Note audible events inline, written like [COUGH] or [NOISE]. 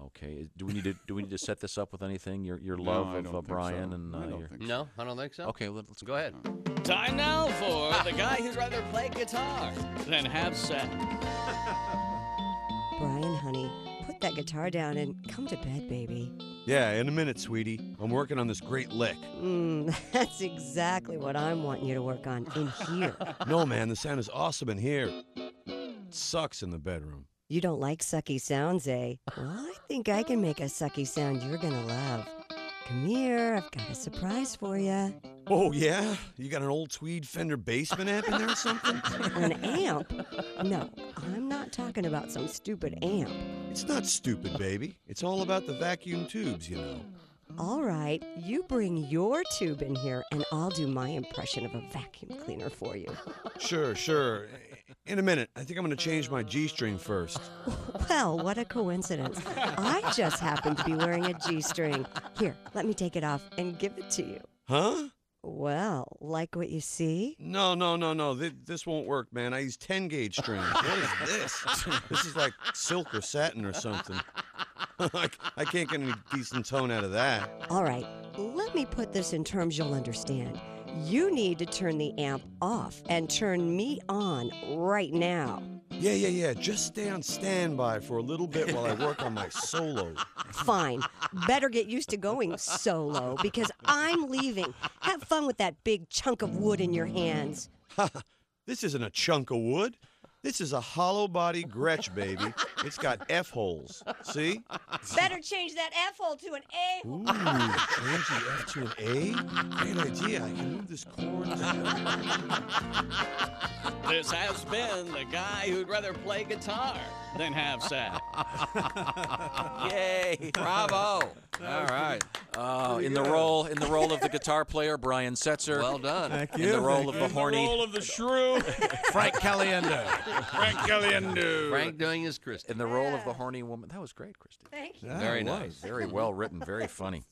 Okay. Is- Do we need to do we need to set this up with anything? Your your No, love I of don't uh, think so. Brian and uh, I don't your. think so. No, I don't think so. Okay, let, let's Go ahead. Time now for the guy who'd rather play guitar than have sex. Brian, honey, put that guitar down and come to bed, baby. Yeah, in a minute, sweetie. I'm working on this great lick. Mm, [LAUGHS] that's exactly what I'm wanting you to work on in here. No, man, the sound is awesome in here. It sucks in the bedroom. You don't like sucky sounds, eh? Well, I think I can make a sucky sound you're gonna love. Come here, I've got a surprise for you. Oh, yeah? You got an old tweed Fender basement amp in there or something? An amp? No, I'm not talking about some stupid amp. It's not stupid, baby. It's all about the vacuum tubes, you know. All right, you bring your tube in here and I'll do my impression of a vacuum cleaner for you. Sure, sure. In a minute. I think I'm going to change my G string first. Well, what a coincidence. I just happen to be wearing a G string. Here, let me take it off and give it to you. Huh? Well, like what you see? No, no, no, no. This, this won't work, man. I use 10 gauge strings. What is this? this is like silk or satin or something. [LAUGHS] I, I can't get any decent tone out of that. All right, let me put this in terms you'll understand. You need to turn the amp off and turn me on right now. Yeah, yeah, yeah. Just stay on standby for a little bit while I work on my solo. Fine. Better get used to going solo because I'm leaving. Have fun with that big chunk of wood in your hands. This isn't a chunk of wood. This is a hollow body Gretsch, baby. It's got F holes. See? Better change that F hole to an A hole. Ooh, change the F to an A? Great idea. I can move this chord. down. This has been the guy who'd rather play guitar than have sex. Yay! Bravo! All right. Uh, in the role in the role of [LAUGHS] the guitar player, Brian Setzer. Well done. Thank In the role of the horny role of the [LAUGHS] shrew, Frank Caliendo. Ah, Frank Caliendo. Frank doing his Christie. in the role of the horny woman. That was great, Christy. Thank you. Yeah, Very it was. nice. Very well written. Very funny.